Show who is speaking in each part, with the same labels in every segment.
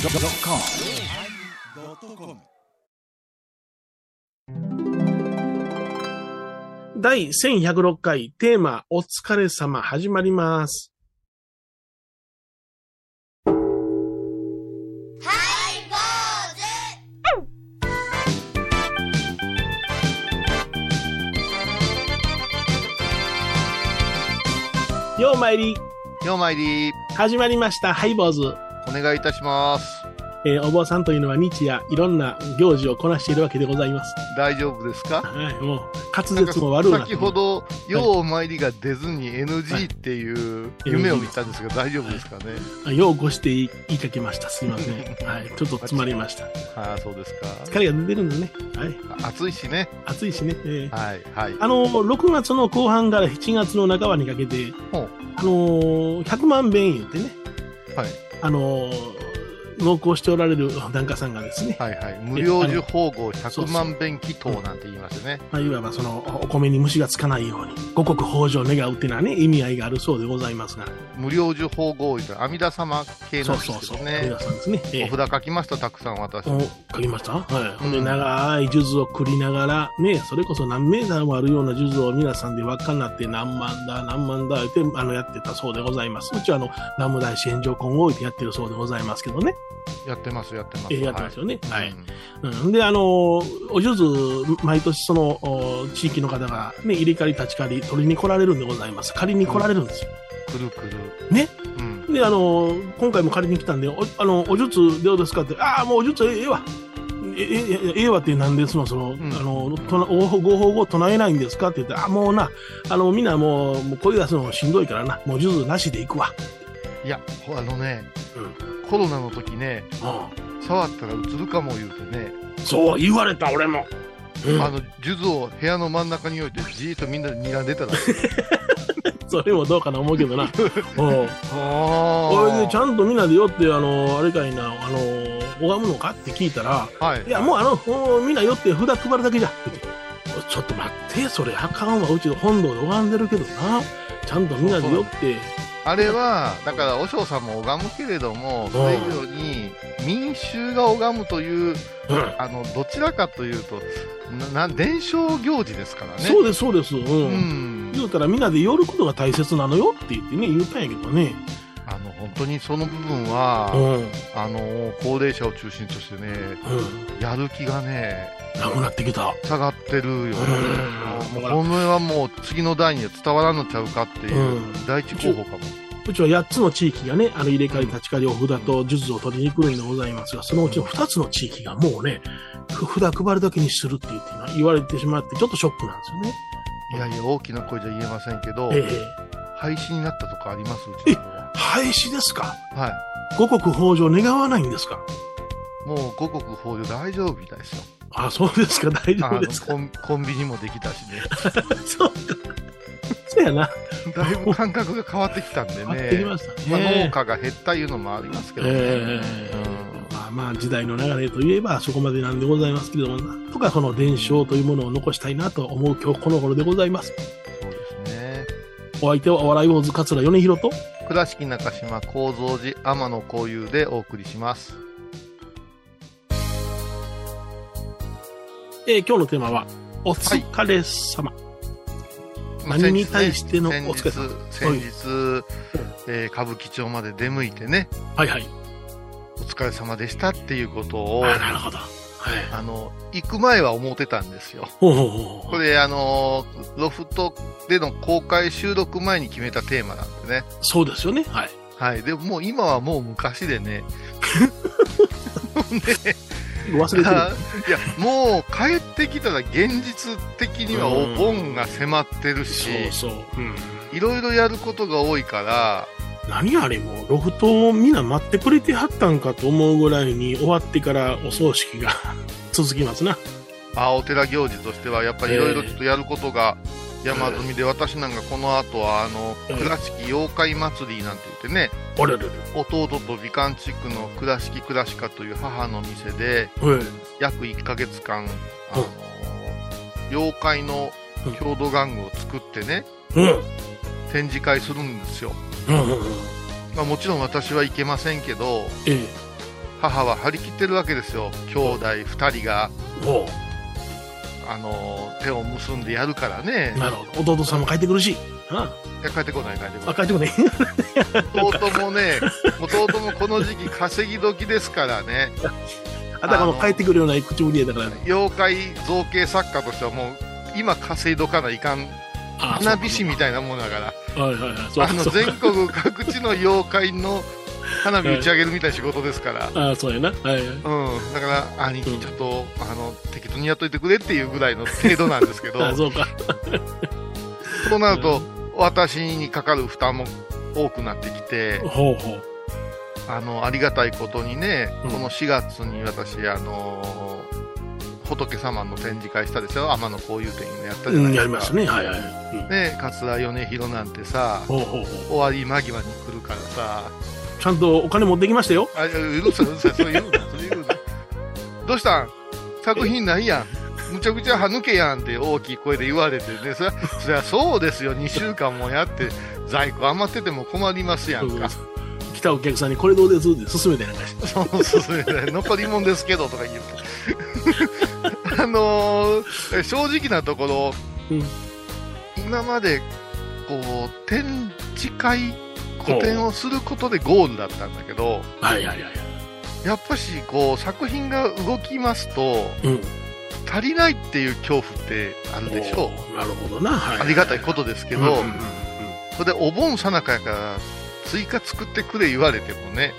Speaker 1: yosmir
Speaker 2: 第1106回テーマお疲れ様始まります。ようまいり、
Speaker 3: ようまいり、
Speaker 2: 始まりました。ハイボーズ。
Speaker 3: お願いいたします。
Speaker 2: えーお坊さんというのは日夜いろんな行事をこなしているわけでございます。
Speaker 3: 大丈夫ですか
Speaker 2: はい、もう滑
Speaker 3: なんか
Speaker 2: 舌も悪いな
Speaker 3: 先ほど、ようまいりが出ずに NG っていう夢を見たんですが、大丈夫ですかね
Speaker 2: あようごして言いかけました。すいま せん。はい、ちょっと詰まりました。
Speaker 3: ああ、そうです
Speaker 2: 疲
Speaker 3: か。
Speaker 2: れが出てるんでね。はい、
Speaker 3: 暑いしね。
Speaker 2: 暑いしね。えー
Speaker 3: はい、はい。
Speaker 2: あの6月の後半から7月の半ばにかけて、
Speaker 3: ほう
Speaker 2: あの100万弁言ってね、
Speaker 3: はい、
Speaker 2: あの濃厚しておられる檀家さんがですね、
Speaker 3: はい、はい。無料受報号
Speaker 2: そう
Speaker 3: 100万遍祈祷なんて言いましたね。
Speaker 2: まあ、いわばそのお米に虫がつかないように五穀豊穣を願うっていうのはね意味合いがあるそうでございますが、
Speaker 3: 無料受報号いうのは阿弥陀様系
Speaker 2: そ
Speaker 3: の
Speaker 2: う
Speaker 3: で
Speaker 2: そう
Speaker 3: す
Speaker 2: そ
Speaker 3: け
Speaker 2: う、
Speaker 3: ど
Speaker 2: 皆
Speaker 3: ね。
Speaker 2: さんですね。ええ
Speaker 3: お札書きました、たくさん私。
Speaker 2: お書きましたはい。ほんで、
Speaker 3: うん
Speaker 2: 長い数珠を繰りながら、ね、それこそ何メーターもあるような数珠を皆さんで輪っかになって何万だ、何万だ、って、あの、やってたそうでございます。うちは、あの、南無大師炎上今後ってやってるそうでございますけどね。
Speaker 3: やってます、やってます。
Speaker 2: えやってますよね。は
Speaker 3: う
Speaker 2: い。
Speaker 3: ん
Speaker 2: うん。で、あの、お数珠、毎年その、お地域の方が、ね、入れ替わり立ち替わり取りに来られるんでございます。借りに来られるんですよ。
Speaker 3: くるくる。
Speaker 2: ね
Speaker 3: うん。
Speaker 2: で、あの、今回も借りに来たんで、お、あの、お術どうですかって、ああ、もうお術ええええわ。ええええええわってなんでその、その、
Speaker 3: ん
Speaker 2: あの、となごご法を唱えないんですかって言って、ああ、もうな、あの、みんなもう、もう声出すのしんどいからな、もう術なしで行くわ。
Speaker 3: いや、ほあのね
Speaker 2: う、
Speaker 3: コロナの時ね、
Speaker 2: う
Speaker 3: 触ったらうつるかも言うてね、
Speaker 2: ん。そう、言われた、俺も。うん
Speaker 3: あの数珠を部屋の真ん中に置いてじーっとみんなで睨んでたら
Speaker 2: それもどうかな思うけど な。うん。
Speaker 3: あ
Speaker 2: これでち
Speaker 3: ん
Speaker 2: ゃんとみんなでよって、あの、あれかいな、あの、拝むのかって聞いたら、
Speaker 3: はい
Speaker 2: いや、もうあの、もうみんな寄って札配るだけじゃ。ちょっと待って、それあかんわ。うちの本堂で拝んでるけどな。ちゃんとみんなで寄って、
Speaker 3: あれはだから和尚さんも拝むけれどもそれ以上に民衆が拝むという
Speaker 2: うん
Speaker 3: あのどちらかというとなな伝承行事ですからね
Speaker 2: そうです、そうです。うん。
Speaker 3: うん
Speaker 2: 言うたらみんなで寄ることが大切なのよって言ってね、言ったんやけどね。
Speaker 3: あの本当にその部分
Speaker 2: うん。
Speaker 3: は、
Speaker 2: うん。
Speaker 3: あの高齢者を中心としてねやる気がね
Speaker 2: なくなってきた。
Speaker 3: 下がってるよ、ね
Speaker 2: うん
Speaker 3: もうこの絵はもう次の代には伝わらんのちゃうかっていう、
Speaker 2: うん
Speaker 3: 第一候補かも
Speaker 2: うちは8つの地域がね、あの入れ替わり立ち替わりお札と術を取りに来るんでございますが、そのうちの2つの地域がもうね、ふ札配るだけにするって言ってな言われてしまって、ちょっとショックなん
Speaker 3: いやいや大きな声じゃ言えませんけど、
Speaker 2: ですよね。ええ
Speaker 3: 廃止になったとこありますうちの方は
Speaker 2: 廃止ですか
Speaker 3: はい
Speaker 2: 五穀豊穣願わないんですか
Speaker 3: もう五穀豊穣大丈夫みたいですよ
Speaker 2: あ、そうですか、大丈
Speaker 3: あ
Speaker 2: 夫
Speaker 3: の
Speaker 2: ですか
Speaker 3: コ。ンコンビニもでき たしね
Speaker 2: そうか。そうやな。
Speaker 3: だいぶ感覚が変わってきたんで
Speaker 2: あってき
Speaker 3: ね
Speaker 2: ました
Speaker 3: まあ、農
Speaker 2: ね。
Speaker 3: 家が減ったいうのもありますけどね、
Speaker 2: ええ
Speaker 3: うん
Speaker 2: まあまあ時代の流れといえばそこまでなんでございますけれども、なんとかその伝承というものを残したいなと思う今日この頃でございます。
Speaker 3: そうですね
Speaker 2: お相手はお笑い坊主桂米広と、
Speaker 3: 倉敷中島幸三寺天野幸雄でお送りします
Speaker 2: えー今日のテーマは、お疲れ様。何に対してのお
Speaker 3: 先日
Speaker 2: 疲れ様
Speaker 3: 先日、えー歌舞伎町まで出向いてね
Speaker 2: はいはい。
Speaker 3: お疲れ様でしたっていうこと
Speaker 2: あ
Speaker 3: を
Speaker 2: なるほど。はい。
Speaker 3: あの行く前は思ってたんですよ
Speaker 2: ほうほうほう
Speaker 3: これあのロフトでの公開収録前に決めたテーマなんでね
Speaker 2: そうですよね。はい。
Speaker 3: はいでももう今はもう昔でねね
Speaker 2: 忘れ てる。
Speaker 3: あいやもう帰ってきたら現実的にはお盆が迫ってるし
Speaker 2: そうそう。うん
Speaker 3: いろいろやることが多いから
Speaker 2: 何あれもうロフトをみんな待ってくれてはったんかと思うぐらいに終わってからお葬式が 続きますな
Speaker 3: あお寺行事としてはやっぱりいろいろちょっとやることが山積みで、私なんかこの後はあの
Speaker 2: ええ
Speaker 3: 倉敷妖怪祭りなんて言ってね
Speaker 2: あれれれ
Speaker 3: 弟と美観地区の倉敷倉敷という母の店で
Speaker 2: はい
Speaker 3: 約1ヶ月間あの、妖怪の郷土玩具を作ってね
Speaker 2: うん
Speaker 3: 展示会するんですよ
Speaker 2: うんうんうん
Speaker 3: まあ、もちろん私はいけませんけど
Speaker 2: ええ
Speaker 3: 母は張り切ってるわけですよ兄弟2人が、
Speaker 2: おう
Speaker 3: あのー手を結んでやるからね
Speaker 2: なるほど弟さんも帰ってくるしあ
Speaker 3: いや帰ってこない帰ってこ
Speaker 2: あ
Speaker 3: ない
Speaker 2: 帰って こね
Speaker 3: 弟もね 弟もこの時期稼ぎ時ですからね
Speaker 2: あたかも
Speaker 3: あの
Speaker 2: 帰ってくるような口ぶりやだからね
Speaker 3: 妖怪造形作家としてはもう今稼いどかないかん
Speaker 2: あ
Speaker 3: 花火師み
Speaker 2: た
Speaker 3: たいなもんだから
Speaker 2: いはいはいはいそう
Speaker 3: あの
Speaker 2: そう
Speaker 3: 全国各地の妖怪の花火打ち上げるみたいな仕事ですから、
Speaker 2: ああそうやなはいはい
Speaker 3: うん、だから兄貴ちょっと、あの適当にやっといてくれっていうぐらいの程度なんですけど
Speaker 2: ああ そうか
Speaker 3: そうなると私にかかる負担も多くなってきて
Speaker 2: ほうほう
Speaker 3: あのありがたいことにね、
Speaker 2: うん
Speaker 3: この4月に私あの仏様の展示会したでしょ天野こういう展やったじゃ
Speaker 2: う
Speaker 3: な
Speaker 2: ん
Speaker 3: いで
Speaker 2: や
Speaker 3: す
Speaker 2: りま
Speaker 3: か、
Speaker 2: すねはいはいうん
Speaker 3: ね桂米広なんてさ
Speaker 2: ほうほうほう
Speaker 3: 終わり間際に来るからさ
Speaker 2: ちゃんとお金持ってきましたよ
Speaker 3: あ許せ許せそう言うなそう言うなどうしたん作品ないやんむちゃくちゃ歯抜けやんって大きい声で言われてねそりゃそりゃそうですよ2週間もやって在庫余ってても困りますやんか
Speaker 2: 来たお客さんにこれどうですって勧めてなんかして
Speaker 3: そうそうね残りもんですけどとか言うてあのー正直なところ、
Speaker 2: うん
Speaker 3: 今までこう展示会個展をすることでゴールだったんだけど
Speaker 2: はいはいはいはい
Speaker 3: やっぱしこう作品が動きますと
Speaker 2: うん
Speaker 3: 足りないっていう恐怖ってあるでしょう
Speaker 2: おーなるほどな、はい、
Speaker 3: ありがたい
Speaker 2: と
Speaker 3: ことですけ
Speaker 2: け
Speaker 3: ど、それでお盆さなかやから追加作ってくれ言われてもね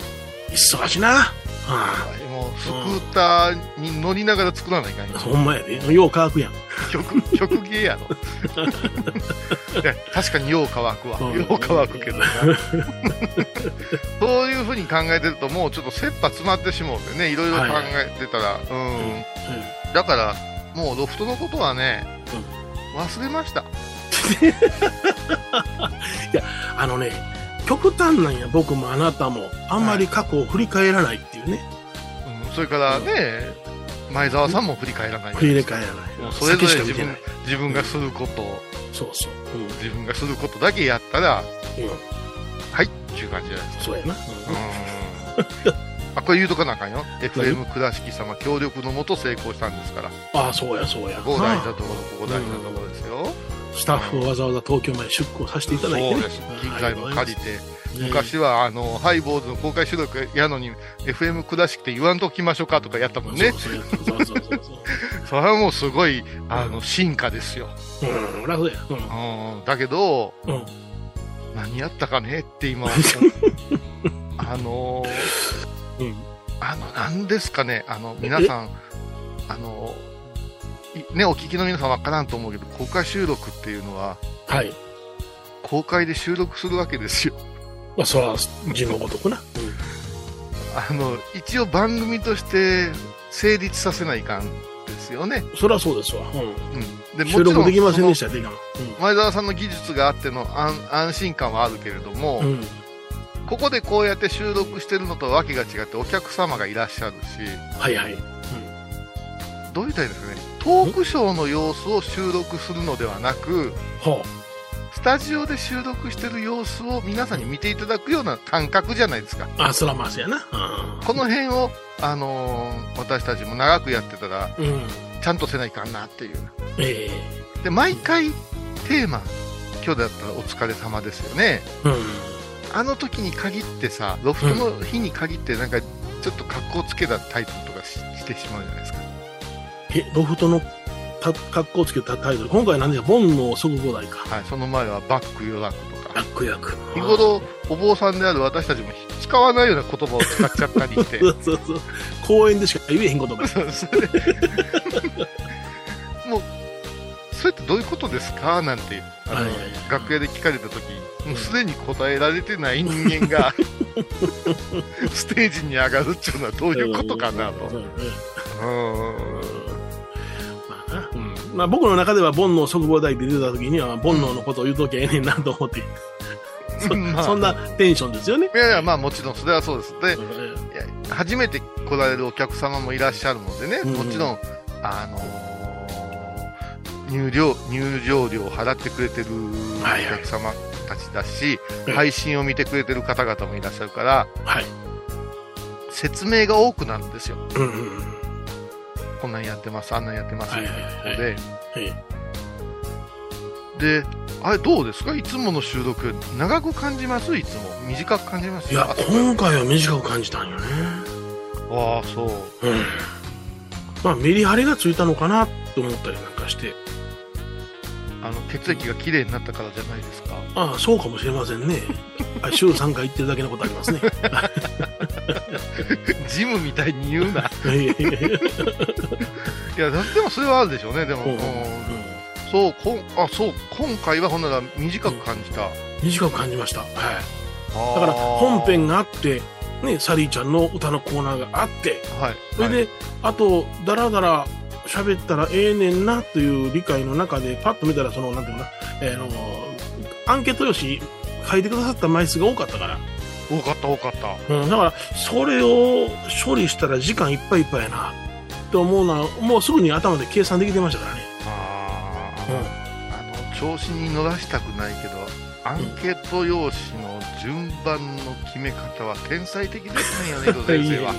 Speaker 2: 忙しいな、あ
Speaker 3: もうスクーターに乗りながら作らないかんよ
Speaker 2: あ、ほんまやでよう乾くやん
Speaker 3: 曲曲芸やろ いや確かによう乾くわ
Speaker 2: うん
Speaker 3: よう乾くけどな そういうふうに考えてるともうちょっと切羽詰まってしもうてねいろいろ考えてたら、うんだからもうロフトのことはね、忘れました
Speaker 2: あのね極端なんや僕もあなたもあんまり過去を振り返らないっていうね、
Speaker 3: うんそれからね、前澤さんも振り返らない
Speaker 2: 振り返らない
Speaker 3: もうそれぞれ
Speaker 2: 先しか
Speaker 3: 自
Speaker 2: 見てな
Speaker 3: 分
Speaker 2: い
Speaker 3: 自分がすることを
Speaker 2: そうそう、うん
Speaker 3: 自分がすることだけやったら
Speaker 2: うん
Speaker 3: はいっていう感じじゃないですか
Speaker 2: そうやな、
Speaker 3: うーんあこれ言うとかなあかんよ FM 倉敷様協力のもと成功したんですから
Speaker 2: ああそうやそうや
Speaker 3: ここ大事な
Speaker 2: は
Speaker 3: ところここ大事なところですよ、
Speaker 2: あスタッフをわざわざ東京まで出向させていただいて、
Speaker 3: そう
Speaker 2: ね、
Speaker 3: です機材も借りて
Speaker 2: り
Speaker 3: 昔はあのハイボーズの公開収録やのに FM 倉敷って言わんときましょうかとかやったもんね
Speaker 2: そうそうそうそうそう
Speaker 3: それはもうすごいあの進化ですよ、
Speaker 2: そううん楽や
Speaker 3: うん、だけど
Speaker 2: うん、うん、
Speaker 3: 何やったかねって今 あのー
Speaker 2: うん
Speaker 3: あの、なんですかね、あの、皆さん、あの、いね、お聞きの皆さんわからんと思うけど、公開収録っていうのは、
Speaker 2: はい
Speaker 3: 公開で収録するわけですよ。
Speaker 2: まあそら字のごとくな、うん
Speaker 3: あの、一応番組として成立させないかんですよね。
Speaker 2: そりゃそうですわ、
Speaker 3: うん。で、
Speaker 2: 収録できませんでし
Speaker 3: そ
Speaker 2: たで今
Speaker 3: の前澤さんの技術があっての安安心感はあるけれども、
Speaker 2: うん、うん、
Speaker 3: ここでこうやって収録してるのとはわけが違ってお客様がいらっしゃるし、
Speaker 2: はいはい
Speaker 3: どう言ったらいいんですかね、トークショーの様子を収録するのではなく、
Speaker 2: ほ
Speaker 3: スタジオで収録してる様子を皆さんに見ていただくような感覚じゃないですか。
Speaker 2: うあそらまあそうやなあ
Speaker 3: この辺を、あのー私たちも長くやってたら、
Speaker 2: うん
Speaker 3: ちゃんとせないかんなっていう。
Speaker 2: ええ
Speaker 3: で、毎回テーマ、今日だったらお疲れ様ですよね。
Speaker 2: うん
Speaker 3: あの時に限ってさ、ロフトの日に限ってなんか、ちょっと格好つけたタイトルとかししてしまうじゃないですか。
Speaker 2: えロフトのた格好つけたタイトル今回何でしょう煩悩即五代か
Speaker 3: はい、その前はバック予約とか。
Speaker 2: 楽役
Speaker 3: 日頃、お坊さんである私たちも使わないような言葉を使っちゃったりして
Speaker 2: そ。うそうそう公園でしか言えへんことが
Speaker 3: そうそれもうそれってどういうことですかなんてあの、
Speaker 2: はいはいはい
Speaker 3: 楽屋で聞かれた時
Speaker 2: うん
Speaker 3: もうすでに答えられてない人間 がステージに上がるっていうのはどういうことかなと
Speaker 2: うんうん
Speaker 3: う
Speaker 2: まあなんまあ、僕の中では煩悩即五代って出た時には煩悩のことを言うときゃええねんなと思って、そ
Speaker 3: まあ
Speaker 2: そんなテンションですよね
Speaker 3: いやいやまあもちろんそれはそうですで
Speaker 2: うん
Speaker 3: いや初めて来られるお客様もいらっしゃるのでね、
Speaker 2: うん
Speaker 3: もちろんあのー入場入場料を払ってくれてるお客様たちだし、
Speaker 2: ええ
Speaker 3: 配信を見てくれてる方々もいらっしゃるから、
Speaker 2: はい。
Speaker 3: 説明が多くなるんですよ。
Speaker 2: うんうんうん。
Speaker 3: こんなんやってます、あんなんやってます、
Speaker 2: はい
Speaker 3: み
Speaker 2: は
Speaker 3: た
Speaker 2: い
Speaker 3: い
Speaker 2: はい
Speaker 3: なで。
Speaker 2: ええ
Speaker 3: で、あれどうですかいつもの収録より長く感じますいつも。短く感じます
Speaker 2: いや、今回は短く感じたんよね。
Speaker 3: ああ、そう。
Speaker 2: うん。まあ、メリハリがついたのかなって思ったりなんかして。
Speaker 3: あの、血液が綺麗になったからじゃないです か。
Speaker 2: ああ、そうかもしれません ね。あ週3回行ってるだけのことありますね。
Speaker 3: ジムみたいに言うな。
Speaker 2: ええ
Speaker 3: いや、でもそれはあるでしょうね。でも、
Speaker 2: うん
Speaker 3: うんそう、こんあ、そう、今回はほんなら短く感じた。
Speaker 2: 短く感じました。はい。だ
Speaker 3: だ
Speaker 2: から本編があって、ね、サリーちゃんの歌のコーナーがあって、
Speaker 3: はい。
Speaker 2: それで、あと、だらだら喋ったらええねんなという理解の中で、パッと見たら、その、なんていうのかな、えーの、アンケート用紙書いてくださった枚数が多かったから、
Speaker 3: はい多かった、多かった。
Speaker 2: うん、だから、それを処理したら時間いっぱいいっぱいやな、と思うのは、もうすぐに頭で計算できてましたからね。
Speaker 3: あ
Speaker 2: う
Speaker 3: ーあの調子に乗らしたくないけどアンケート用紙の順番の決め方は天才的ですね米
Speaker 2: ん。いやい
Speaker 3: 広先生
Speaker 2: や
Speaker 3: は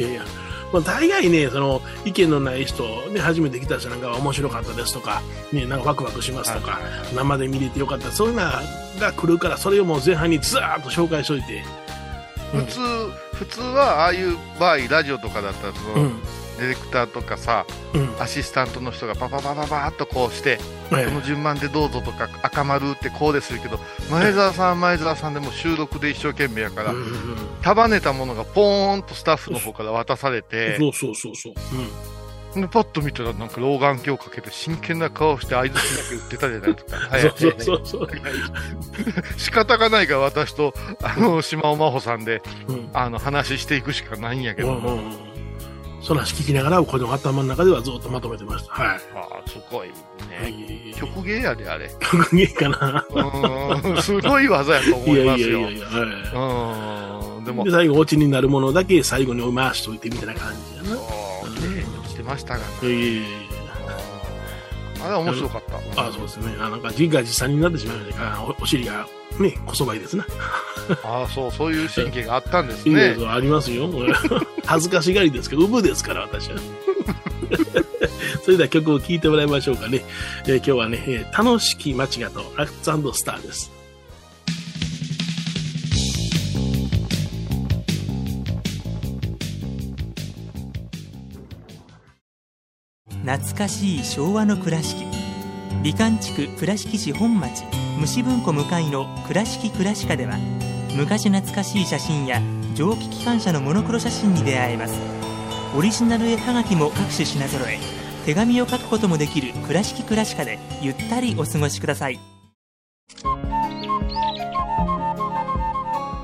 Speaker 2: やいやいや。まあ、大概ね、その、意見のない人、ね、初めて来た人なんかは面白かったですとか、ね、なんかワクワクしますとか、生で見れてよかったそういうのが来るからそれをもう前半にずーっと紹介しといて
Speaker 3: 普通普通はああいう場合ラジオとかだったらそ
Speaker 2: う
Speaker 3: の、
Speaker 2: ん
Speaker 3: ディレクターとかさ
Speaker 2: うん
Speaker 3: アシスタントの人がパパパパパーっとこうして
Speaker 2: え
Speaker 3: こ
Speaker 2: え
Speaker 3: の順番でどうぞとか赤丸ってこうですけど前澤さん前澤さんでもう収録で一生懸命やか
Speaker 2: う
Speaker 3: ら
Speaker 2: んうんうん
Speaker 3: 束ねたものがポーンとスタッフの方から渡されて
Speaker 2: そうそうそうそう、う
Speaker 3: でパッと見たらなんか老眼鏡をかけて真剣な顔して相づちだけ打ってたじゃないですか
Speaker 2: ん、
Speaker 3: 早
Speaker 2: そう
Speaker 3: く
Speaker 2: そう そうそう、
Speaker 3: 仕方がないから私とあの島尾真帆さんで
Speaker 2: うん
Speaker 3: あの話していくしかないんやけ
Speaker 2: う
Speaker 3: ど、
Speaker 2: んうんうん、その話聞きながらこの頭の中ではずっとまとめてましたはい
Speaker 3: ああすごいね、
Speaker 2: はい
Speaker 3: 曲芸やであれ
Speaker 2: 曲芸かな
Speaker 3: うーんすごい技やと
Speaker 2: い
Speaker 3: 思
Speaker 2: や
Speaker 3: い
Speaker 2: いや
Speaker 3: ま
Speaker 2: い
Speaker 3: す
Speaker 2: や
Speaker 3: よ
Speaker 2: いや、は
Speaker 3: うーんで
Speaker 2: い、
Speaker 3: も
Speaker 2: で最後オチになるものだけ最後に回しといてみたいな感じやな
Speaker 3: あー綺麗に落ちてましたが
Speaker 2: いやいやいやいや
Speaker 3: あーあれは面白かった
Speaker 2: あそうですねあなんか自画自賛になってしまいましたからおお尻がねこそばいですな
Speaker 3: あーそうそういう神経があったんです
Speaker 2: いいで
Speaker 3: ね
Speaker 2: すよありますよ。 恥ずかしがりですけど、ウブですから、私は。 それでは曲を聴いてもらいましょうかね。えー今日はね、えー楽しき街がとラッツスターです。
Speaker 1: 懐かしい昭和の倉敷美観地区倉敷市本町虫文庫向かいの「倉敷倉歯科」では昔懐かしい写真や蒸気機関車のモノクロ写真に出会えますオリジナル絵はがきも各種品揃え手紙を書くこともできる「倉敷倉歯科」でゆったりお過ごしください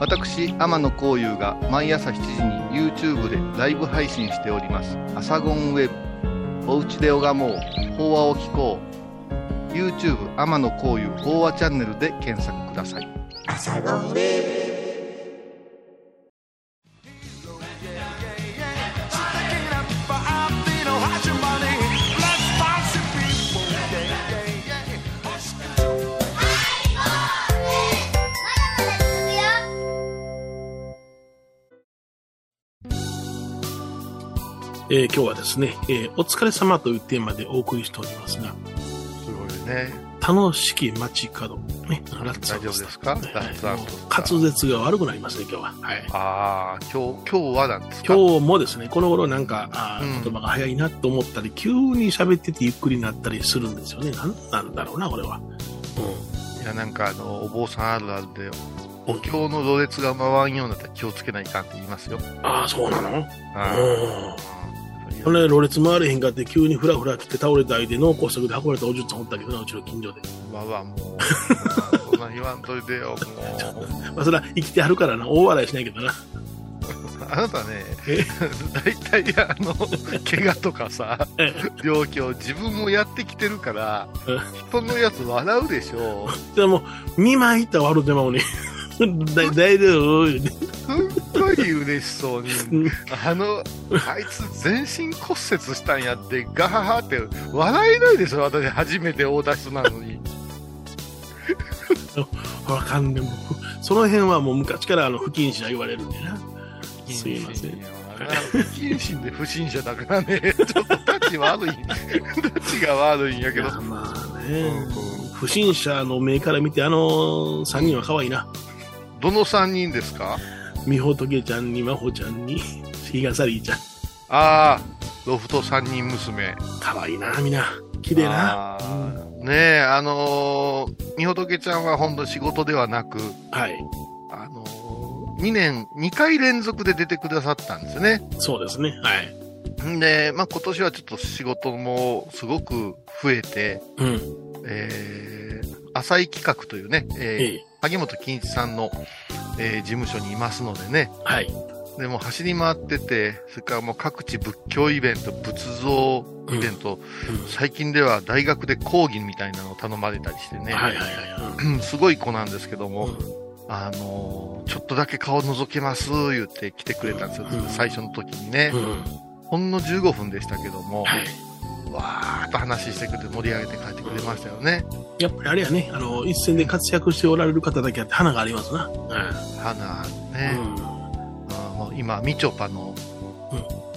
Speaker 4: 私天野幸雄が毎朝7時に YouTube でライブ配信しております「アサゴンウェブ」「おうちで拝もう法話を聞こう」YouTube 天野幸雄法話チャンネルで検索ください
Speaker 2: えー今日はですね、えーお疲れ様というテーマでお送りしておりますが、
Speaker 3: すごいね
Speaker 2: 楽しき街角、ね、ラッツ
Speaker 3: 大丈夫ですか
Speaker 2: はい
Speaker 3: ラッツ&スター
Speaker 2: 滑舌が悪くなりますね、今日は。はい
Speaker 3: ああ、今日、今日はなんですか
Speaker 2: 今日もですね、この頃なんか、あー
Speaker 3: うん
Speaker 2: 言葉が早いなと思ったり、急に喋っててゆっくりになったりするんですよね。なんなんだろうな、これは。
Speaker 3: いや、なんかあの、お坊さんあるあるで、
Speaker 2: うん
Speaker 3: お経のろれつが回んようになったら気をつけないかんって言いますよ。
Speaker 2: ああ、そうなの
Speaker 3: は
Speaker 2: うん。
Speaker 3: い
Speaker 2: これ、ろれつ回れへんかって、急にフラフラ来て倒れた相手、脳梗塞で運ばれたおじゅっさんおったけどな、うちの近所で。
Speaker 3: まあまあ、もう、そんな言わんといてよ、もう。
Speaker 2: まあ、それは生きてはるからな、大笑いしないけどな。
Speaker 3: あなたね
Speaker 2: え、
Speaker 3: 大体、あの、怪我とかさ、病気を自分もやってきてるから
Speaker 2: うん、
Speaker 3: 人のやつ笑うでしょ。
Speaker 2: でも、見舞いったら悪手間をね、 だ大丈夫言うて
Speaker 3: すっごい嬉しそうに
Speaker 2: うん、
Speaker 3: あの、あいつ全身骨折したんやって、ガハハって、笑えないでしょ、私、初めて大出しとなのに。
Speaker 2: ほら、かんでも、その辺はもう昔からあの不謹慎は言われるんでな。すいません。
Speaker 3: 不謹慎で不審者だからね、ちょっと立ち悪い、立ちが悪いんやけ
Speaker 2: い
Speaker 3: ど、
Speaker 2: やまあね、不審者の目から見て、あの3人は可愛いな。
Speaker 3: どの3人ですか
Speaker 2: みほとけちゃんに、まほちゃんに、 ひがさりーちゃん。
Speaker 3: ああ、ロフト3人娘。
Speaker 2: 可愛いな、みんな。綺麗な。
Speaker 3: あーねえ、あのー、みほとけちゃんは本当仕事ではなく、
Speaker 2: はい。
Speaker 3: あのー、2年、2回連続で出てくださったんですね。
Speaker 2: そうですね。はい。
Speaker 3: んで、まあ、今年はちょっと仕事もすごく増えて、
Speaker 2: うん。
Speaker 3: えー、浅い企画というね、えー
Speaker 2: ええ。
Speaker 3: 萩本欽一さんの、えー事務所にいますのでね、
Speaker 2: はい。
Speaker 3: でもう走り回ってて、それからもう各地仏教イベント、仏像イベント、最近では大学で講義みたいなのを頼まれたりしてね、
Speaker 2: はいはいは
Speaker 3: うんすごい子なんですけど
Speaker 2: い。
Speaker 3: も、あのーちょっとだけ顔覗けます言って来てくれたんですよ、
Speaker 2: うん
Speaker 3: 最初の時にね、
Speaker 2: うん。うん。
Speaker 3: ほんの15分でしたけども、
Speaker 2: はい。
Speaker 3: わーっと話してくれて盛り上げて帰ってくれましたよね、
Speaker 2: やっぱりあれやね、あの、一戦で活躍しておられる方だけあって花がありますな。
Speaker 3: 花
Speaker 2: う
Speaker 3: ね、
Speaker 2: ん。
Speaker 3: あーもう今みちょぱの、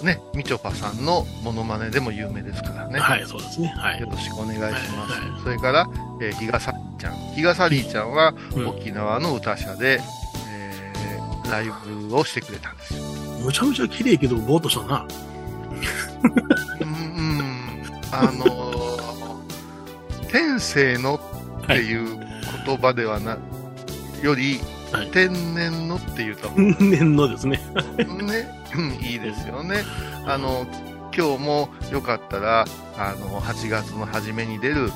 Speaker 2: う
Speaker 3: ねみちょぱさんのモノマネでも有名ですから
Speaker 2: うん。
Speaker 3: ね、
Speaker 2: はい、そうですね。はい
Speaker 3: よ。ろしくお願いします、
Speaker 2: はいは
Speaker 3: それから、えー、ひがさりちゃんひがさりちゃんは
Speaker 2: うん
Speaker 3: 沖縄の歌者で、えーライブをしてくれたんですよ
Speaker 2: むちゃむちゃ綺麗けど、ぼーっとしたな。
Speaker 3: うんうんあのー天性のっていう言葉ではな、より、
Speaker 2: はい
Speaker 3: 天然のっていうと、ね、
Speaker 2: 年のですね。
Speaker 3: うんいいですよね。あの、今日もよかったら、あの、8月の初めに出る、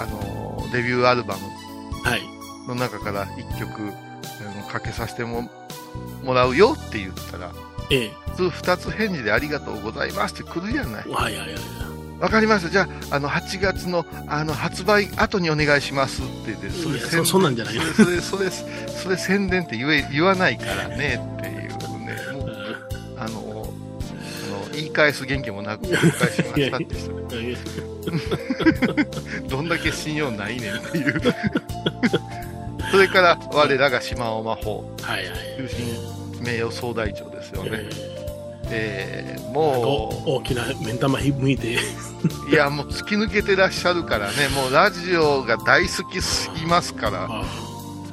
Speaker 3: あの、デビューアルバ
Speaker 2: はい。
Speaker 3: ムの中から1曲、あのかけさせてももらうよって言ったら、
Speaker 2: ええ。
Speaker 3: 普通2つ返事でありがとうございますって来るじゃない。
Speaker 2: はいはいはいはい。
Speaker 3: わかりました。じゃあ、あの、8月の、あの、発売後にお願いしますって言って、
Speaker 2: いやそ
Speaker 3: 宣
Speaker 2: そんなんじゃないよ。
Speaker 3: それ、それ、それ、それ宣伝って言え、言わないからねっていうね、もう、あの、あの言い返す元気もなく、言い返しましたって人どんだけ信用ないねんっていう。 それから、我らが島尾真帆、
Speaker 2: はいはい。
Speaker 3: 中心名誉総大長ですよね。
Speaker 2: え
Speaker 3: えー
Speaker 2: ー
Speaker 3: もう、
Speaker 2: お大きな目ん玉向いて、
Speaker 3: いや、もう突き抜けてらっしゃるからね、もうラジオが大好きすぎますから、
Speaker 2: あ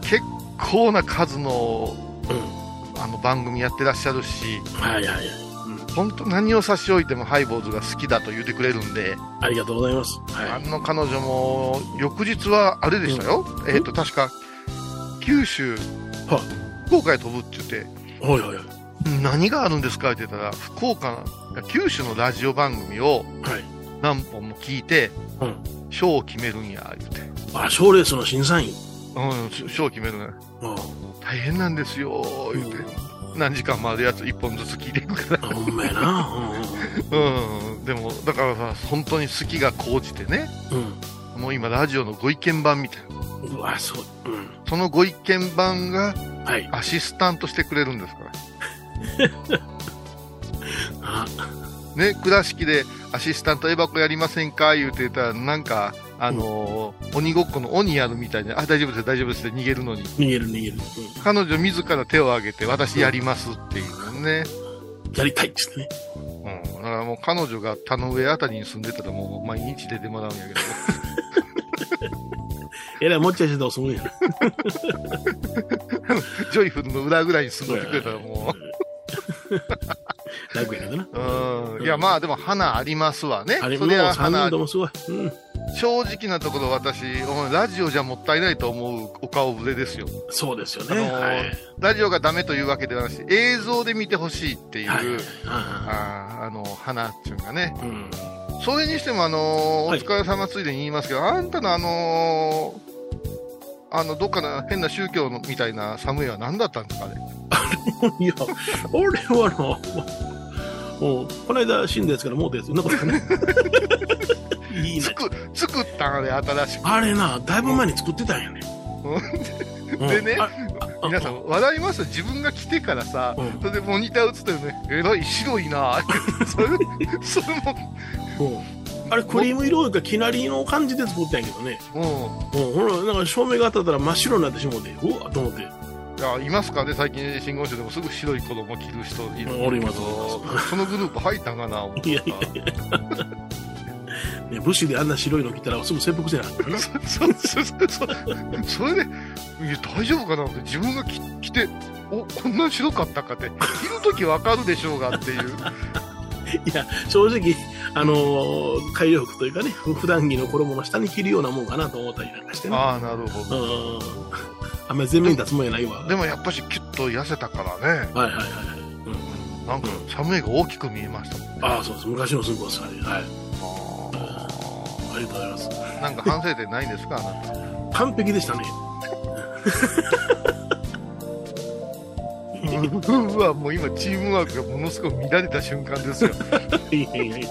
Speaker 3: 結構な数の
Speaker 2: ーうん、
Speaker 3: あの番組やってらっしゃるし、
Speaker 2: はいはいはい、
Speaker 3: 本当何を差し置いてもハイボーズが好きだと言ってくれるんで、
Speaker 2: ありがとうございます。
Speaker 3: あ
Speaker 2: は
Speaker 3: の彼女も翌日はあれでしたよ、えっ、と、確か九州、
Speaker 2: は
Speaker 3: 福岡へ飛ぶって言って、
Speaker 2: い、はいはいはい、
Speaker 3: 何があるんですかって言ったら、福岡、九州のラジオ番組を
Speaker 2: はい
Speaker 3: 何本も聞いて、
Speaker 2: うん、
Speaker 3: 賞を決めるんや、言って。
Speaker 2: あ賞レースの審査員、
Speaker 3: うん、賞を決めるんや。
Speaker 2: うん、
Speaker 3: 大変なんですよ、言って。何時間もあるやつ1本ずつ聞いていく から。
Speaker 2: ほんまやな、うんうん
Speaker 3: うん。でも、だからさ、本当に好きが高じてね、もう今ラジオのご意見番みたいな。
Speaker 2: うん、うん、うわそう、う
Speaker 3: そのご意見番が
Speaker 2: ん、はい、
Speaker 3: アシスタントしてくれるんですから。
Speaker 2: あ、
Speaker 3: ね、倉敷でアシスタントエバコやりませんか言うて言ったら、なんか、あのー鬼ごっこの鬼やるみたいな、あ、大丈夫です、大丈夫ですって逃げるのに。
Speaker 2: 逃げる逃げる、
Speaker 3: 彼女自ら手を挙げて、私やりますっていうね。
Speaker 2: うん、やりたいっつってね、
Speaker 3: うん、だからもう彼女が田の上あたりに住んでたらもう毎日出てもらうんやけど。
Speaker 2: えらいもっちゃしてどうするんや、
Speaker 3: ジョイフルの裏ぐらいに住んでてくれたらも
Speaker 2: 楽やけどな、
Speaker 3: う、うん、いやまあでも花ありますわね。
Speaker 2: あれも
Speaker 3: そうりゃ
Speaker 2: 3人
Speaker 3: 花
Speaker 2: と、もすごい、うん、
Speaker 3: 正直なところ私、お前ラジオじゃもったいないと思うお顔ぶれですよ。
Speaker 2: そうですよ
Speaker 3: あ
Speaker 2: ね、
Speaker 3: のー
Speaker 2: はい、
Speaker 3: ラジオがダメというわけではなくて、映像で見てほしいっていう、
Speaker 2: はい、
Speaker 3: あ
Speaker 2: あ
Speaker 3: ーあの、花っていうかね。
Speaker 2: ーうん、
Speaker 3: それにしてもあの、お
Speaker 2: はい
Speaker 3: 疲れ様ついでに言いますけど、あんたのあのあの、どっかの変な宗教のみたいな寒いは何だったんですかね。
Speaker 2: いや、俺はあの、もう、この間死んだやつからもうたやつ、そんなことない。 いい
Speaker 3: つ
Speaker 2: ね。
Speaker 3: く作ったんあれ、新しく。
Speaker 2: あれな、だいぶ前に作ってたんやね。うん
Speaker 3: でね
Speaker 2: ああ
Speaker 3: 皆さん笑いますよ自分が来てからさ、
Speaker 2: うん
Speaker 3: それで モニター映ったよねえらい白いなあそれそれも
Speaker 2: うんあれクリーム色がきなりの感じで作ったんやけどね、
Speaker 3: う
Speaker 2: うん、ほらなんか照明が当たったら真っ白になってしもうてうわっと思って
Speaker 3: ん。いや、いますかね、最近、新聞社でもすぐ白い子供着る人いる。
Speaker 2: おりますおり
Speaker 3: そのグループ入ったんかな、思った
Speaker 2: いやいやね武士であんな白いの着たらすぐ切腹せなあかんからな
Speaker 3: そうそうそうそうそれで、いや、大丈夫かなって、自分がき着て、おこんなに白かったかって、着るときわかるでしょうがっていう。
Speaker 2: いや正直あのー改良服というかね普段着の衣の下に着るようなもんかなと思ったりなんかしてね
Speaker 3: ああ、なるほ
Speaker 2: う
Speaker 3: ど。
Speaker 2: んあんまり全面に出すもんやないわ
Speaker 3: でもやっぱし、キュッと痩せたからね、
Speaker 2: はいはいはいはい
Speaker 3: なんか、サムネが大きく見えましたもんね。
Speaker 2: ああそうです昔のスーパースターではいありがとうございます
Speaker 3: なんか反省点ないんですか、あなた
Speaker 2: 完璧でした ね
Speaker 3: うわ、もう今、チームワークがものすごく乱れた瞬間ですよ。
Speaker 2: いやいやいや
Speaker 3: 1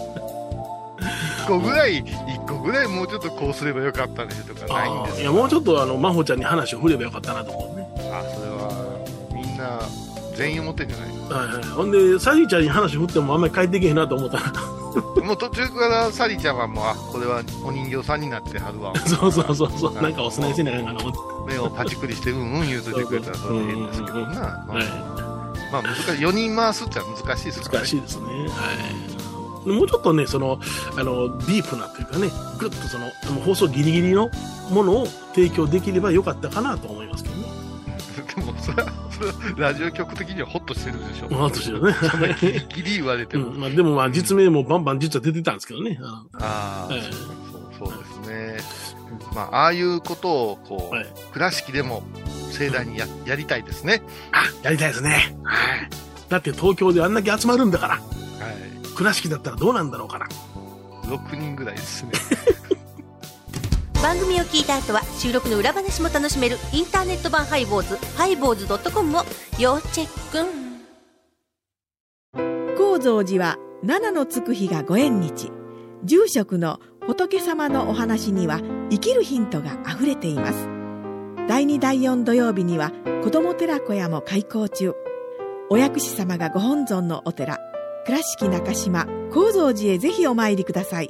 Speaker 3: 個ぐらい、一個ぐらいもうちょっとこうすればよかったねとかないん
Speaker 2: あ
Speaker 3: で
Speaker 2: ー
Speaker 3: す
Speaker 2: い
Speaker 3: か
Speaker 2: やもうちょっとあの真帆ちゃんに話を振ればよかったなと思うね
Speaker 3: あそれは、みんな、全員思ってんじゃない
Speaker 2: はいはいほんでサリーちゃんに話振ってもあんまり帰ってけへんなと思った ら
Speaker 3: もう途中からサリちゃんはもう、あ、これはお人形さんになってはるわ。
Speaker 2: そうそうそうそうなんかおすなりせなあかんかな思って
Speaker 3: 目をパチクリして、うんうん言うといてくれたら、それでいいんですけどな。ま
Speaker 2: は
Speaker 3: あまあ、難しい。4人回すっちゃ難しいです
Speaker 2: い
Speaker 3: から
Speaker 2: 難
Speaker 3: ね。
Speaker 2: しいですねはいもうちょっとねそのあのディープなというかねぐっとそのもう放送ギリギリのものを提供できればよかったかなと思いますけどね
Speaker 3: でも、それは、それは、ラジオ局的にはホッとしてるでしょ。
Speaker 2: まあ私はね
Speaker 3: そんなギリギリ言われ て
Speaker 2: う
Speaker 3: も。
Speaker 2: んまあ、でもまあ実名もバンバン実は出てたんですけどね、あ
Speaker 3: ああ、
Speaker 2: はい
Speaker 3: そうそうですね。まあ、ああいうことを、こう、
Speaker 2: はい
Speaker 3: 倉敷でも盛大にや やりたいですね。
Speaker 2: やりたいですね
Speaker 3: はい。
Speaker 2: だって東京であんだけ集まるんだから
Speaker 3: はい。
Speaker 2: 倉敷だったらどうなんだろうかな
Speaker 3: 6人ぐらいです ね。
Speaker 5: 番組を聞いた後は収録の裏話も楽しめるインターネット版ハイボーズハイボーズドットコムを要チェック
Speaker 6: 高蔵寺は七のつく日がご縁日住職の仏様のお話には生きるヒントがあふれています第2第4土曜日には子ども寺小屋も開校中お薬師様がご本尊のお寺倉敷中島・高蔵寺へぜひお参りください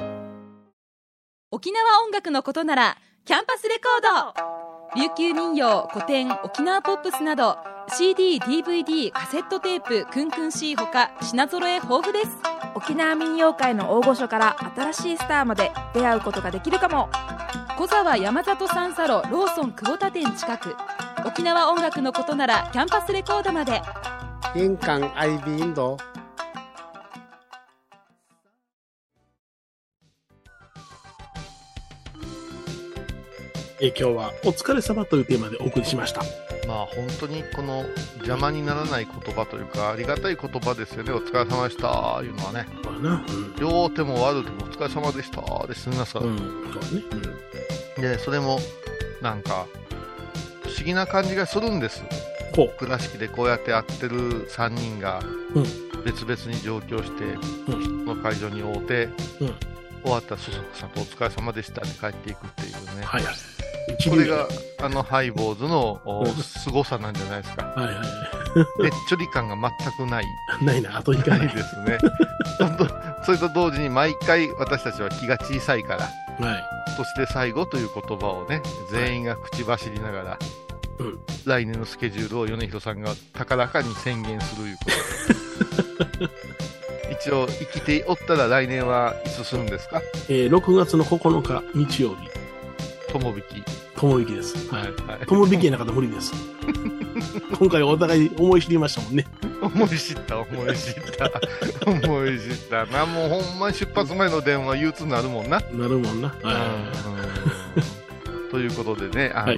Speaker 7: 沖縄音楽のことならキャンパスレコード琉球民謡古典沖縄ポップスなど CDDVD カセットテープクンクン C ほか品揃え豊富です
Speaker 8: 沖縄民謡界の大御所から新しいスターまで出会うことができるかも
Speaker 7: 小沢山里三佐路ローソン久保田店近く沖縄音楽のことならキャンパスレコードまで
Speaker 9: 玄関アイビーインド
Speaker 2: えー今日は「お疲れ様というテーマでお送りしました
Speaker 3: まあ本当にこの邪魔にならない言葉というかありがたい言葉ですよねお疲れ様でしたいうのはね
Speaker 2: まあなうん
Speaker 3: 両手も悪手もお疲れ様でしたで済みますから、
Speaker 2: うんそうね
Speaker 3: でそれもなんか不思議な感じがするんです
Speaker 2: ほう
Speaker 3: 倉敷でこうやって会ってる3人が
Speaker 2: うん
Speaker 3: 別々に上京して、
Speaker 2: うん
Speaker 3: その会場に会うて、
Speaker 2: うん
Speaker 3: 終わったらそそくさとお疲れ様でしたって帰っていくっていうね、
Speaker 2: はいはい
Speaker 3: これ があのハイボーズのお
Speaker 2: うん
Speaker 3: 凄さなんじゃないですか
Speaker 2: はいは
Speaker 3: べっちょり感が全くない
Speaker 2: いないなあと引か
Speaker 3: な
Speaker 2: ないい
Speaker 3: ですね。 本当それと同時に毎回私たちは気が小さいから、
Speaker 2: はい
Speaker 3: そして最後という言葉をね、全員が口走りながら、
Speaker 2: うん
Speaker 3: 来年のスケジュールを米広さんが高らかに宣言するいう こと。一応、生きておったら来年はいつするんですか
Speaker 2: えー6月の9日日曜日
Speaker 3: 友引き。
Speaker 2: ともびきですはい
Speaker 3: はい
Speaker 2: ともびきなかったら無理です 今回お互い思い知りましたもんね
Speaker 3: 思い知った、思い知った。思い知ったな。もうほんまに出発前の電話憂鬱になるもんな。
Speaker 2: なるもんなは
Speaker 3: うんということでね、あの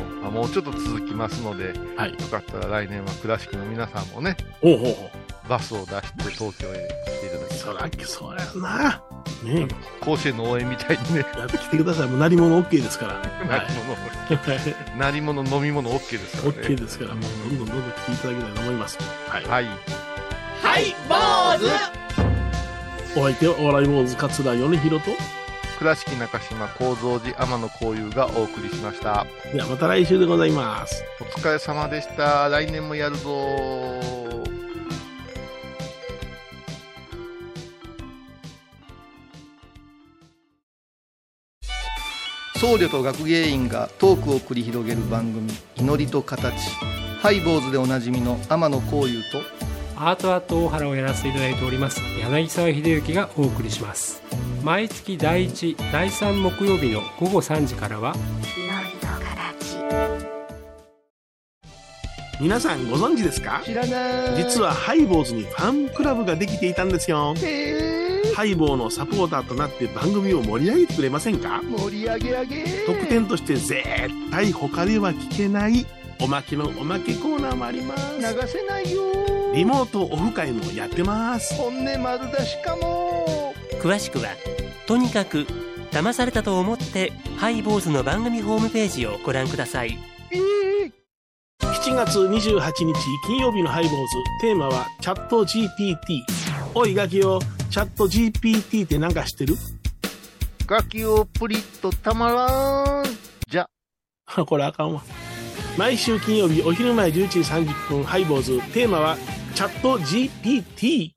Speaker 3: ーまあもうちょっと続きますので、
Speaker 2: いはい
Speaker 3: よかったら来年は倉敷の皆さんもね、
Speaker 2: ほうほうほ
Speaker 3: バスを出して東京へ来ていただ
Speaker 2: う
Speaker 3: き
Speaker 2: そらそらなね
Speaker 3: 甲子園の応援みたいにね、
Speaker 2: えやってきてくださいもう鳴り物 OK ですから
Speaker 3: 鳴
Speaker 2: は
Speaker 3: り
Speaker 2: いはい
Speaker 3: 物、鳴り物、飲み物 OK ですから
Speaker 2: OK
Speaker 3: ね。
Speaker 2: ですからもうどんどんどんどん来ていただけたらと思いますはい
Speaker 3: はい。
Speaker 2: お相手はお笑い坊主桂米広と
Speaker 3: 倉敷中島幸三寺天野幸雄がお送りしました。
Speaker 2: ではまた来週でございます
Speaker 3: お疲れ様でした。来年もやるぞー。僧侶と学芸員がトークを繰り広げる番組「祈りと形」ハイボーズでおなじみの天野幸雄と
Speaker 10: アートアート大原をやらせていただいております柳沢秀幸がお送りします毎月第1第3木曜日の午後3時からは
Speaker 2: 皆さんご存知ですか
Speaker 3: 知らない
Speaker 2: 実はハイボーズにファンクラブができていたんですよハイボーのサポーターとなって番組を盛り上げてくれませんか
Speaker 3: 盛り上げ上げ
Speaker 2: 特典として絶対他では聞けないおまけのおまけコーナーもあります
Speaker 3: 流せないよ
Speaker 2: リモートオフ会もやってます
Speaker 3: 本音丸出しかも
Speaker 1: 詳しくはとにかく騙されたと思ってハイボーズの番組ホームページをご覧ください
Speaker 2: 7月28日金曜日のハイボーズテーマはチャット GPT おいガキよチャット GPT ってなんか知ってる
Speaker 11: ガキをプリッとたまらんじゃ
Speaker 2: あこれあかんわ毎週金曜日お昼前11時30分ハイボーズテーマはチャット GPT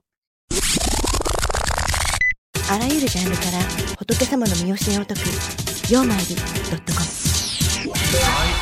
Speaker 5: あらゆるジャンルから仏様の身教えを解く「曜マイルドットコム」